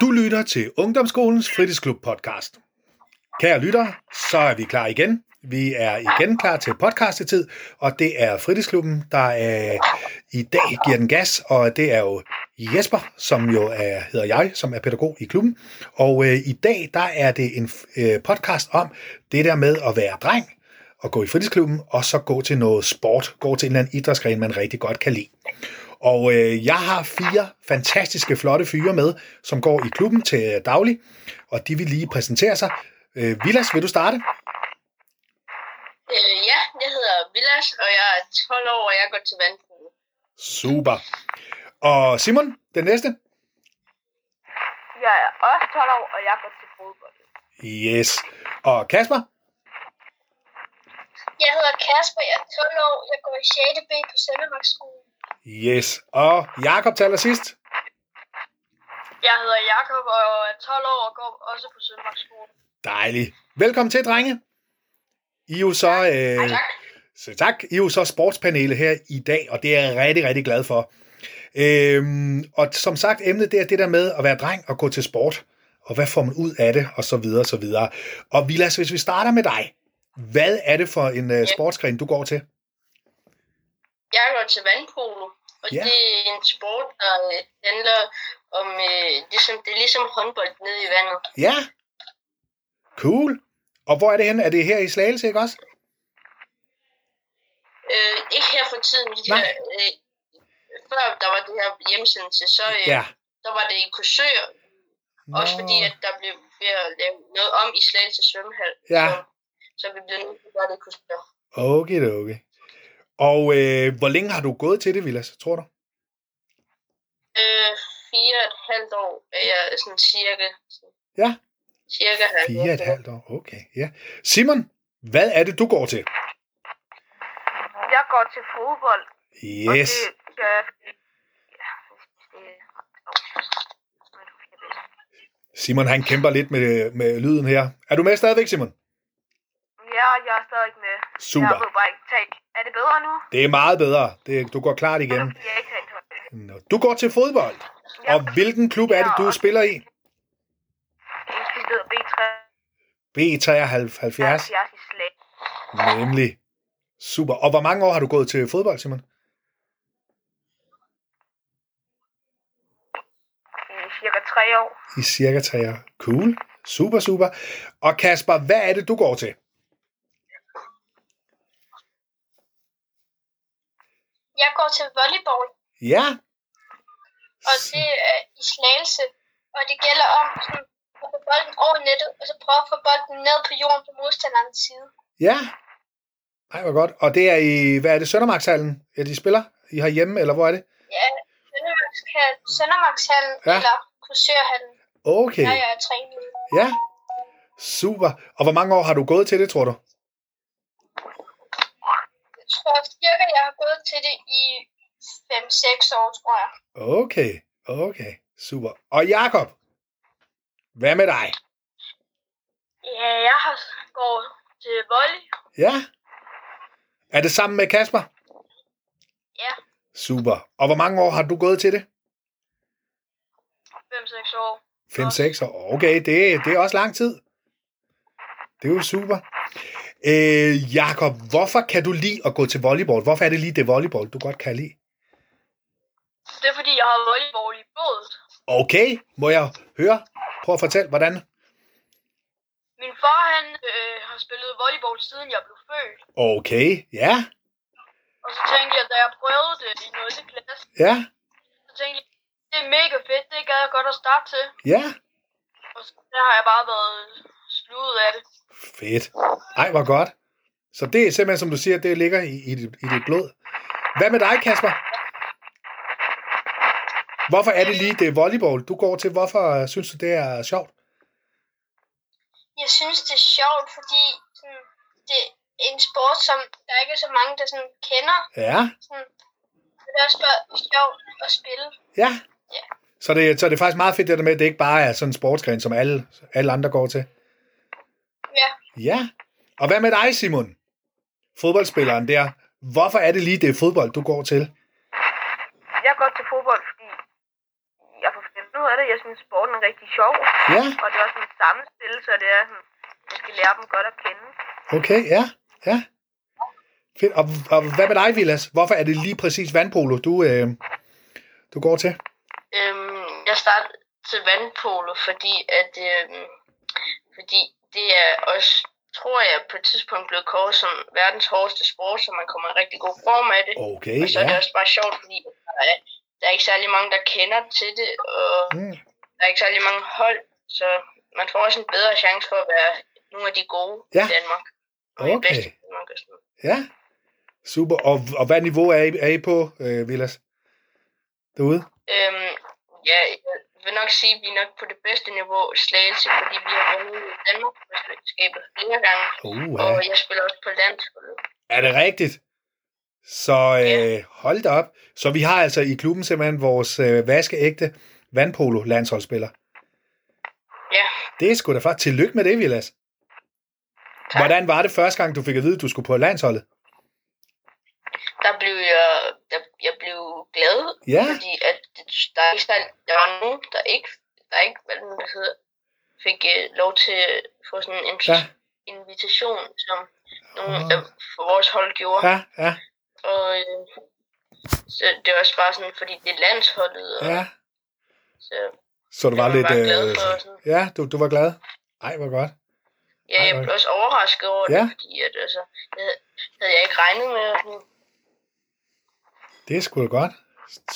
Du lytter til Ungdomsskolens Fritidsklub podcast. Kære lytter, så er vi klar igen. Vi er igen klar til podcastetid, og det er Fritidsklubben, der øh, i dag giver den gas, og det er jo Jesper, som jo er, hedder jeg, som er pædagog i klubben. Og øh, i dag, der er det en øh, podcast om det der med at være dreng, og gå i fritidsklubben, og så gå til noget sport, gå til en eller anden idrætsgren, man rigtig godt kan lide. Og øh, jeg har fire fantastiske, flotte fyre med, som går i klubben til øh, daglig, og de vil lige præsentere sig. Øh, Vilas, vil du starte? Øh, ja, jeg hedder Vilas, og jeg er 12 år, og jeg går til vandfuglen. Super. Og Simon, den næste? Jeg er også 12 år, og jeg går til fodbold. Yes. Og Kasper? Jeg hedder Kasper, jeg er 12 år, jeg går i 6. B på Søndermarksskolen. Yes. Og Jakob til allersidst? Jeg hedder Jakob og er 12 år og går også på Søndermarksskolen. Dejligt. Velkommen til, drenge. I er jo så... Øh, Hej, tak. Så tak. I er jo så sportspanele her i dag, og det er jeg rigtig, rigtig glad for. Øhm, og som sagt, emnet det er det der med at være dreng og gå til sport, og hvad får man ud af det, og så videre, og så videre. Og Vilas, hvis vi starter med dig, hvad er det for en uh, sportsgren, du går til? Jeg går til vandpolo, og Ja. det er en sport, der øh, handler om, øh, ligesom, det er ligesom håndbold nede i vandet. Ja? Cool. Og hvor er det henne? Er det her i Slagelse, ikke også? Øh, ikke her for tiden, de Nej. her, øh, før der var det her hjemsendelse, så øh, Ja. der var det i Korsør, også fordi at der blev ved at lave noget om i Slagelse svømmehal. Ja. Så, så vi blev nødt til at gøre det i Korsør. Okay, okay. Og øh, hvor længe har du gået til det, Vilas, tror du? Øh, fire og et halvt år er jeg sådan cirka. Ja. Cirka halvt Fire og et halvt år. Okay, ja. Simon, hvad er det, du går til? Jeg går til fodbold, og Yes. det gør jeg... Ja, det er men du kan bedst. Simon, han kæmper lidt med, med lyden her. Er du med stadigvæk, Simon? Ja, jeg er stadig med. Jeg Super. ved bare ikke tag. Er det bedre nu? Det er meget bedre. Det, du går klart igen. Jeg er ikke talt højt. Nå, Du går til fodbold. Jeg Og hvilken klub er det, du spiller i? Jeg hedder B3. Jeg B73. er i slag. Nemlig. Super. Og hvor mange år har du gået til fodbold, Simon? i cirka 3 år. I cirka tre år. Cool. Super, super. Og Kasper, hvad er det, du går til? Jeg går til volleyball, Ja. og det er i slagelse. Og det gælder om sådan, at få bolden over nettet, og så prøve at få bolden ned på jorden på modstanderens side. Ja. Ej, hvor godt. Og det er i, hvad er det, Søndermarkshallen, ja, de spiller? I har hjemme, eller hvor er det? Ja, Søndermarkshal- Søndermarkshallen Ja. ja. eller Kursørhallen, Okay. der jeg er træner. Ja. Super. Og hvor mange år har du gået til det, tror du? Jeg tror cirka, jeg har gået til det i 5-6 år, tror jeg. Okay. Okay. Super. Og Jakob, hvad med dig? Ja, jeg har går til volley. Ja. Er det sammen med Kasper? Ja. Super. Og hvor mange år har du gået til det? 5-6 år. 5-6 år. Okay, det, det er også lang tid. Det er jo super. Øh, Jakob, hvorfor kan du lide at gå til volleyball? Hvorfor er det lige det volleyball, du godt kan lide? Det er fordi, jeg har volleyball i bådet. Okay, må jeg høre? Prøv at fortælle, hvordan? Min far, han øh, har spillet volleyball siden jeg blev født. Okay, ja, Og så tænkte jeg, da jeg prøvede det i 0. klasse, ja, så tænkte jeg, det er mega fedt, det gad jeg godt at starte til. ja. Og så der har jeg bare været sluget af det. Fedt. Ej, hvor godt. Så det er simpelthen, som du siger, det ligger i, i, dit, i dit blod. Hvad med dig, Kasper? Hvorfor er det lige det volleyball, du går til? Hvorfor øh, synes du, det er sjovt? Jeg synes, det er sjovt, fordi sådan, det er en sport, som der ikke er så mange, der sådan, kender. Ja, Sådan, men det er også bare sjovt at spille. ja. Ja. Så det, så det er faktisk meget fedt det der med, at det ikke bare er sådan en sportsgren, som alle, alle andre går til. Ja. Ja. Og hvad med dig, Simon? Fodboldspilleren der. Hvorfor er det lige det fodbold, du går til? Jeg går til fodbold, fordi jeg får fundet af det. Jeg synes, sporten er rigtig sjov. Ja, Og det er også en sammenspil, så det er, hm, jeg skal lære dem godt at kende. okay, ja, ja. Fedt. Og, og hvad med dig, Vilas? Hvorfor er det lige præcis vandpolo, du, øh, du går til? Øhm, jeg startede til vandpolo, fordi at øhm, fordi det er også, tror jeg, på et tidspunkt blevet kåret som verdens hårdeste sport, så man kommer i rigtig god form af det. Okay, Og så er det ja. også bare sjovt, fordi der er, der er ikke særlig mange, der kender til det, og Mm, der er ikke særlig mange hold, så man får også en bedre chance for at være nogle af de gode Ja. ja. i Danmark. Og de Okay. bedste i Danmark og sådan noget. ja. Super. Og, og hvad niveau er I, er I på, øh, Vilas? Derude? Øhm, ja, jeg vil nok sige, at vi er nok på det bedste niveau i Slagelse, fordi vi har vundet Danmarksmesterskabet flere gange, Uh, og jeg spiller også på landsholdet. Er det rigtigt? Så øh, hold da op. Så vi har altså i klubben simpelthen vores øh, vaskeægte vandpolo-landsholdsspiller. Ja. Det er sgu da flot. Tillykke med det, Vilas. Tak. Hvordan var det første gang, du fik at vide, at du skulle på landsholdet? Der blev jeg, der, jeg blev glad, Ja, fordi at der, er ikke, særlig- der var nogen, der ikke, der ikke hvad den der hedder, fik øh, lov til at få sådan en ja, invitation, som nogle Åh. af vores hold gjorde. ja, ja, Og øh, så det var også bare sådan, fordi det er landsholdet, og ja. så Så du Jeg var var lidt... øh, bare glad for sådan. ja, du, du var glad. Ej, hvor godt. Ja, Ej, jeg hvor- blev også overrasket over Ja. det, fordi at, altså, det havde, havde jeg ikke regnet med. og sådan. Det er sgu da godt.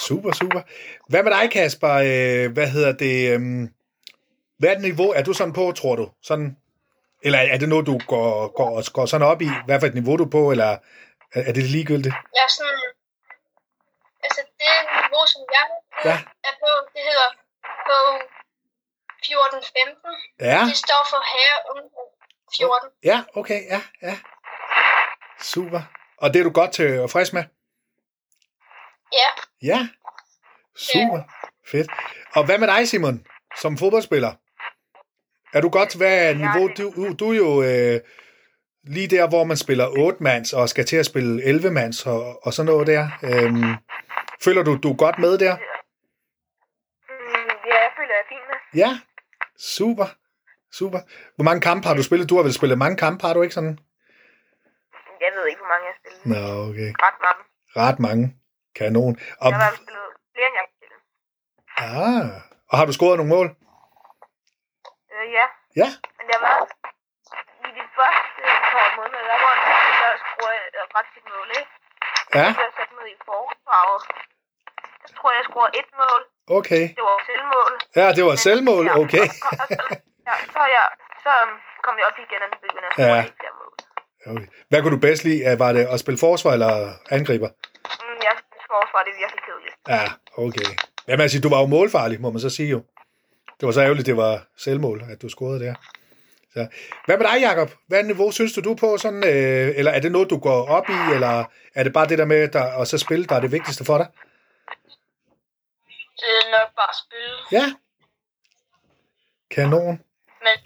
Super, super. Hvad med dig, Kasper? Øh, hvad hedder det? øhm, Hvad er det niveau, er du sådan på, tror du? Sådan, eller er det noget, du går, går, går sådan op i? Hvad for et niveau du er på, eller er er det ligegyldigt? Jeg er sådan... Altså, det niveau, som jeg Ja. ja. er på, det hedder på 14-15. Ja, Det står for herre ungdom 14. ja, okay, ja, ja. Super. Og det er du godt til og frisk med? Ja, Ja. Super. Fedt. Og hvad med dig, Simon, som fodboldspiller? Er du godt til, hvad niveau du, du er jo øh, lige der, hvor man spiller 8-mands og skal til at spille 11-mands og, og sådan noget der. Øhm, føler du, du er godt med der? Mm, ja, jeg føler, jeg er fint med. Ja. Super. Super. Hvor mange kampe har du spillet? Du har vel spillet mange kampe, har du ikke sådan? Jeg ved ikke, hvor mange jeg har spillet. Nå, okay. Ret mange. Ret mange. Kanon. Og, Jeg har i hvert fald spillet flere end jeg har spillet. ah, og har du scoret nogle mål? Øh, ja. Ja. Men der var i de første par måneder, der var en der skruer jeg øh, ret sit mål, ikke? Ja, Så jeg satte mig i forårsfarvet. Jeg tror, jeg skruer et mål. okay. Det var selvmål. Ja, det var selvmål. Okay. Ja, så, er jeg, så øhm, kom jeg op igen, og nu begyndte jeg at Ja. score et der mål. Okay. Hvad kunne du bedst lide? Ah, Var det at spille forsvar eller angriber? Mm, jeg synes, forsvar det er virkelig kedeligt. Ja, okay. Jamen altså, du var jo målfarlig, må man så sige jo. Det var så ærgerligt, det var selvmål, at du scorede der. Så. Hvad med dig, Jacob? Hvad niveau synes du, du er på? Sådan, øh, eller er det noget, du går op i, eller er det bare det der med der, og så spille, der er det vigtigste for dig? Det er nok bare spil. Ja. Kanon. Men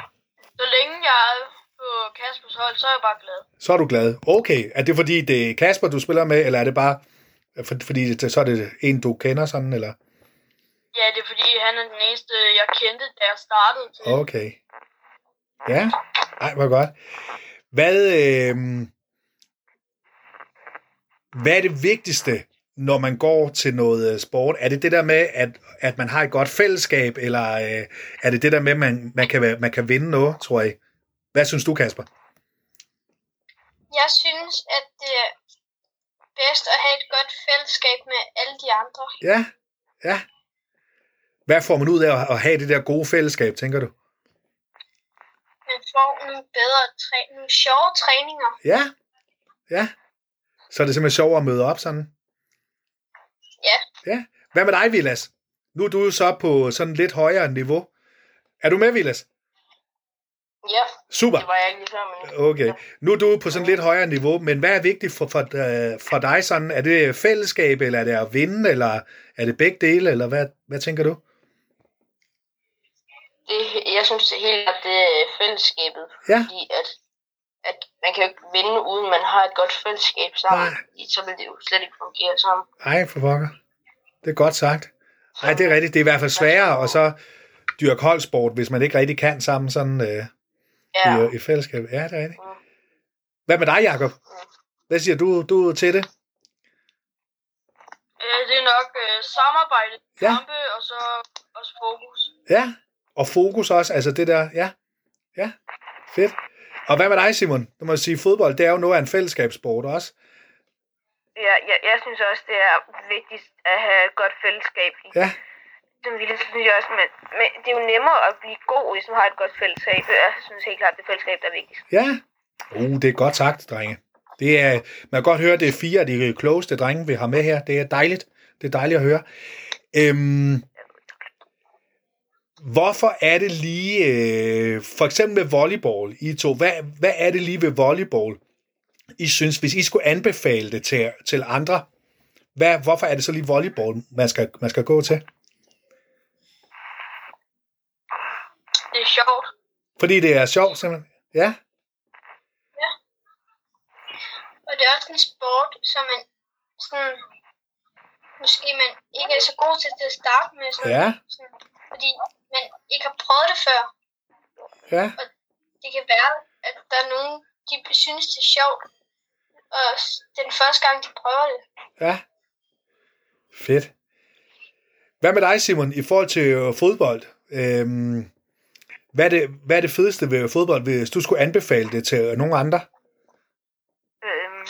så længe jeg er på Kaspers hold, så er jeg bare glad. Så er du glad. Okay. Er det fordi, det er Kasper, du spiller med, eller er det bare, for, fordi det, så er det en, du kender sådan, eller? Ja, det er fordi, han er den eneste, jeg kendte, da jeg startede til. det. Okay. Ja, ej, hvor godt. Hvad, øh, hvad er det vigtigste, når man går til noget øh, sport? Er det det der med, at, at man har et godt fællesskab, eller øh, er det det der med, at man, man, kan, være- man kan vinde noget, tror jeg? Hvad synes du, Kasper? jeg synes, at det er bedst at have et godt fællesskab med alle de andre. Ja, ja. Hvad får man ud af at- at have det der gode fællesskab, tænker du? Man får nogle bedre træ- nogle sjove træninger. Ja, ja. Så er det simpelthen sjovere at møde op sådan? Ja. Ja. Hvad med dig, Vilas? Nu er du jo så på sådan lidt højere niveau. Er du med, Vilas? Ja, Super. det var jeg ikke lige før, men Okay. Nu er du på sådan lidt højere niveau, men hvad er vigtigt for, for, øh, for dig sådan? Er det fællesskab, eller er det at vinde, eller er det begge dele, eller hvad, hvad tænker du? det, jeg synes det hele at det er fællesskabet, Ja. fordi at, at man kan jo ikke vinde, uden man har et godt fællesskab sammen. Nej. Så vil det jo slet ikke fungere sammen. Ej, for pokker. Det er godt sagt. Nej, det er rigtigt. Det er i hvert fald sværere, og så dyrke holdsport, hvis man ikke rigtig kan sammen sådan øh, Ja. ja. i et fællesskab. Ja, det er rigtigt. Hvad med dig, Jacob? Hvad siger du, du til det? Øh, det er nok øh, samarbejde, Ja. kampe og så også fokus. Ja, og fokus også, altså det der, ja, ja, fedt. Og hvad med dig, Simon? Du må sige, fodbold, det er jo noget af en fællesskabssport også. Ja, jeg, jeg synes også, det er vigtigt at have et godt fællesskab. i. Ja, Som vi synes jeg også, men, men det er jo nemmere at blive god, hvis man har et godt fællesskab. Jeg synes helt klart, det er fællesskab, der er vigtigst. ja. Uh, det er godt sagt, drenge. Det er, man kan godt høre, det er fire af de klogeste drenge, vi har med her. Det er dejligt. Det er dejligt at høre. Øhm, hvorfor er det lige, øh, for eksempel med volleyball, I to, hvad, hvad er det lige ved volleyball, I synes, hvis I skulle anbefale det til, til andre, hvad, hvorfor er det så lige volleyball, man skal, man skal gå til? Det er sjovt. Fordi det er sjovt, simpelthen. Ja, Og det er også en sport, som man sådan, måske man ikke er så god til til at starte med, sådan, ja, sådan, fordi man ikke har prøvet det før. ja, Det kan være, at der er nogen, de synes det er sjovt, og s- den første gang, de prøver det. ja. Fedt. Hvad med dig, Simon, i forhold til øh, fodbold? Øhm, hvad, er det, hvad er det fedeste ved fodbold, hvis du skulle anbefale det til øh, nogen andre? Øhm,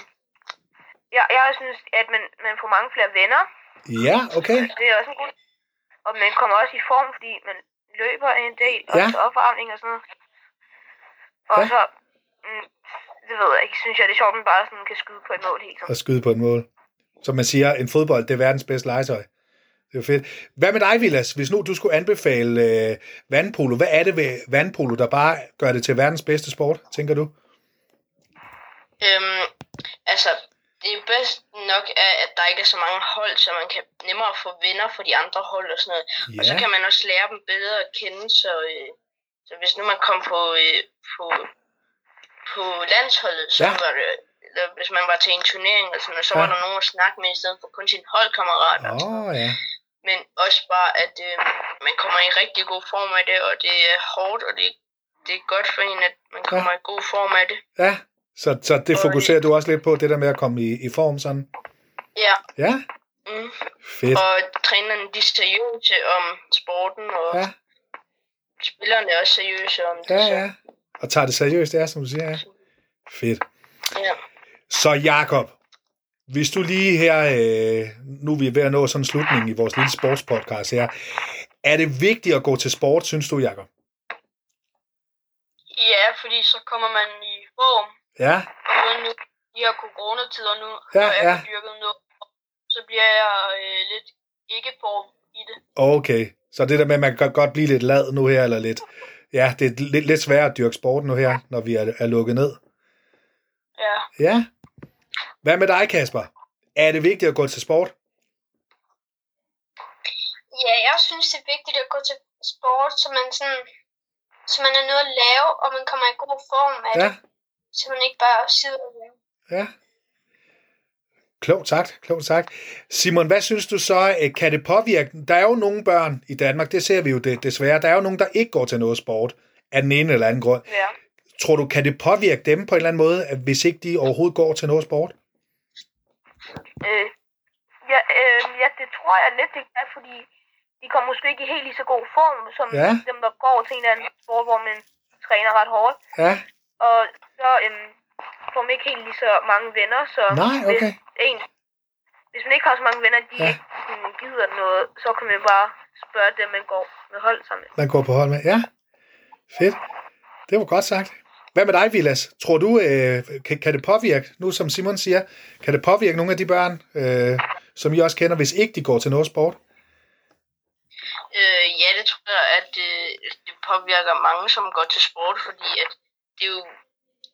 jeg, jeg synes, at man, man får mange flere venner. Altså, Ja, okay. Det er også en god... Og man kommer også i form, fordi man løber en del, og Ja. ja. opvarmning og sådan noget. Og Ja. ja. så... Mm, det ved jeg ikke. Synes jeg, det er sjovt, at man bare sådan kan skyde på et mål hele tiden. At skyde på en mål. Som man siger, en fodbold, det er verdens bedste legetøj. Det er fedt. Hvad med dig, Vilas? Hvis nu du skulle anbefale øh, vandpolo, hvad er det ved vandpolo, der bare gør det til verdens bedste sport, tænker du? Øhm, altså, det er bedst nok, er, at der ikke er så mange hold, så man kan nemmere få venner for de andre hold og sådan noget. Ja. Og så kan man også lære dem bedre at kende, så, øh, så hvis nu man kom på, øh, på, på landsholdet, så Ja. ja. var det, eller hvis man var til en turnering, eller sådan, noget, så Ja. ja. var der nogen at snakke med, i stedet for kun sine holdkammerater. Ja. Åh, oh, ja. Men også bare, at øh, man kommer i rigtig god form af det, og det er hårdt, og det, det er godt for en, at man kommer ja. i god form af det. Ja, så, så det Og- fokuserer du også lidt på, det der med at komme i, i form sådan? Ja. Ja, Mm. fedt. Og trænerne, de er seriøse om sporten, og Ja. ja. spillerne er også seriøse om det. Ja, så- ja. Og tager det seriøst, det er, som du siger, ja. Fedt. Ja. Så Jakob, hvis du lige her, øh, nu er vi ved at nå sådan en slutning i vores lille sportspodcast her, er det vigtigt at gå til sport, synes du, Jakob? Ja, fordi så kommer man i form. Ja, Og uden nu de her coronatider nu, Ja, når jeg ja. har dyrket noget, så bliver jeg øh, lidt ikke i form i det. okay. Så det der med, at man kan godt blive lidt lad nu her, eller lidt... Ja, det er lidt, lidt sværere at dyrke sport nu her, når vi er, er lukket ned. Ja. Ja. Hvad med dig, Kasper? Er det vigtigt at gå til sport? Ja, jeg synes, det er vigtigt at gå til sport, så man, sådan, så man er noget at lave, og man kommer i god form af det, Ja, så man ikke bare sidder derhjemme. ja. Klogt sagt, klogt sagt. Simon, hvad synes du så, øh, kan det påvirke? Der er jo nogle børn i Danmark, det ser vi jo det, desværre, der er jo nogen, der ikke går til noget sport af den ene eller anden grund. Ja. Tror du, kan det påvirke dem på en eller anden måde, at hvis ikke de overhovedet går til noget sport? Øh, ja, øh, ja, det tror jeg lidt, det er, fordi de kommer måske ikke i helt i så god form, som Ja. ja. dem, der går til en eller anden sport, hvor man træner ret hårdt. Ja, Og så øhm, får man ikke helt lige så mange venner, så nej, okay. hvis, en, hvis man ikke har så mange venner, de Ja. ja. ikke sådan, gider noget, så kan man bare spørge dem, man går med hold sammen med. Man går på hold med. Ja, fedt. Det var godt sagt. Hvad med dig, Vilas? Tror du, øh, kan, kan det påvirke, nu som Simon siger, kan det påvirke nogle af de børn, øh, som I også kender, hvis ikke de går til noget sport? Øh, ja, det tror jeg, at øh, det påvirker mange, som går til sport, fordi at det, er jo,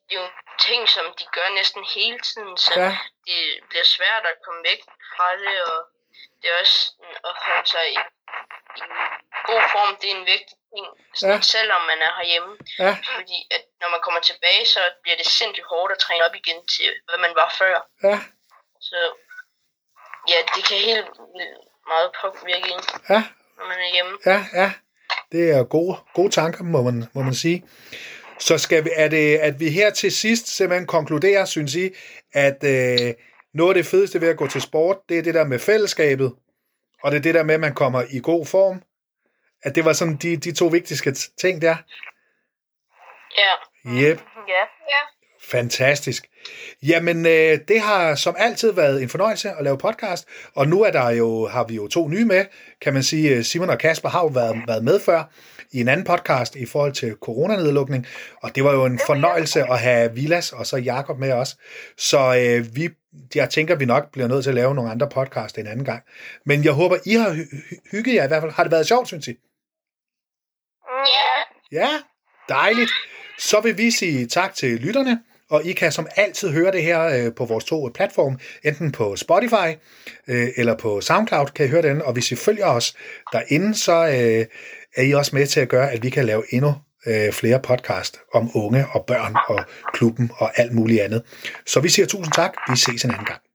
det er jo ting, som de gør næsten hele tiden, så ja. Ja, det bliver svært at komme væk fra det, og det er også sådan at holde sig i, i god form, det er en vigtig ting, Ja. ja. selvom man er herhjemme, ja, fordi at når man kommer tilbage, så bliver det sindssygt hårdt at træne op igen til, hvad man var før. ja. Så ja, det kan helt vildt meget påvirket, en, Ja, når man er hjemme. ja, ja. Det er gode, gode tanker, må man, må man sige. Så skal vi, er det, at vi her til sidst simpelthen konkluderer, synes I, at øh, noget af det fedeste ved at gå til sport, det er det der med fællesskabet, og det er det der med, at man kommer i god form. At det var sådan de, de to vigtigste ting der. Ja. Yep. Ja. Fantastisk. Jamen, øh, det har som altid været en fornøjelse at lave podcast, og nu er der jo, har vi jo to nye med, kan man sige. Øh, Simon og Kasper har jo været, været med før i en anden podcast i forhold til coronanedlukning, og det var jo en fornøjelse at have Vilas og så Jakob med os. Så øh, vi, jeg tænker, vi nok bliver nødt til at lave nogle andre podcast en anden gang. Men jeg håber, I har hy- hy- hygget jer i hvert fald. Har det været sjovt, synes I? Mm, Ja. Ja, dejligt. Så vil vi sige tak til lytterne, og I kan som altid høre det her øh, på vores to platforme, enten på Spotify øh, eller på SoundCloud kan I høre den, og hvis I følger os derinde, så øh, er I også med til at gøre, at vi kan lave endnu øh, flere podcast om unge og børn og klubben og alt muligt andet. Så vi siger tusind tak. Vi ses en anden gang.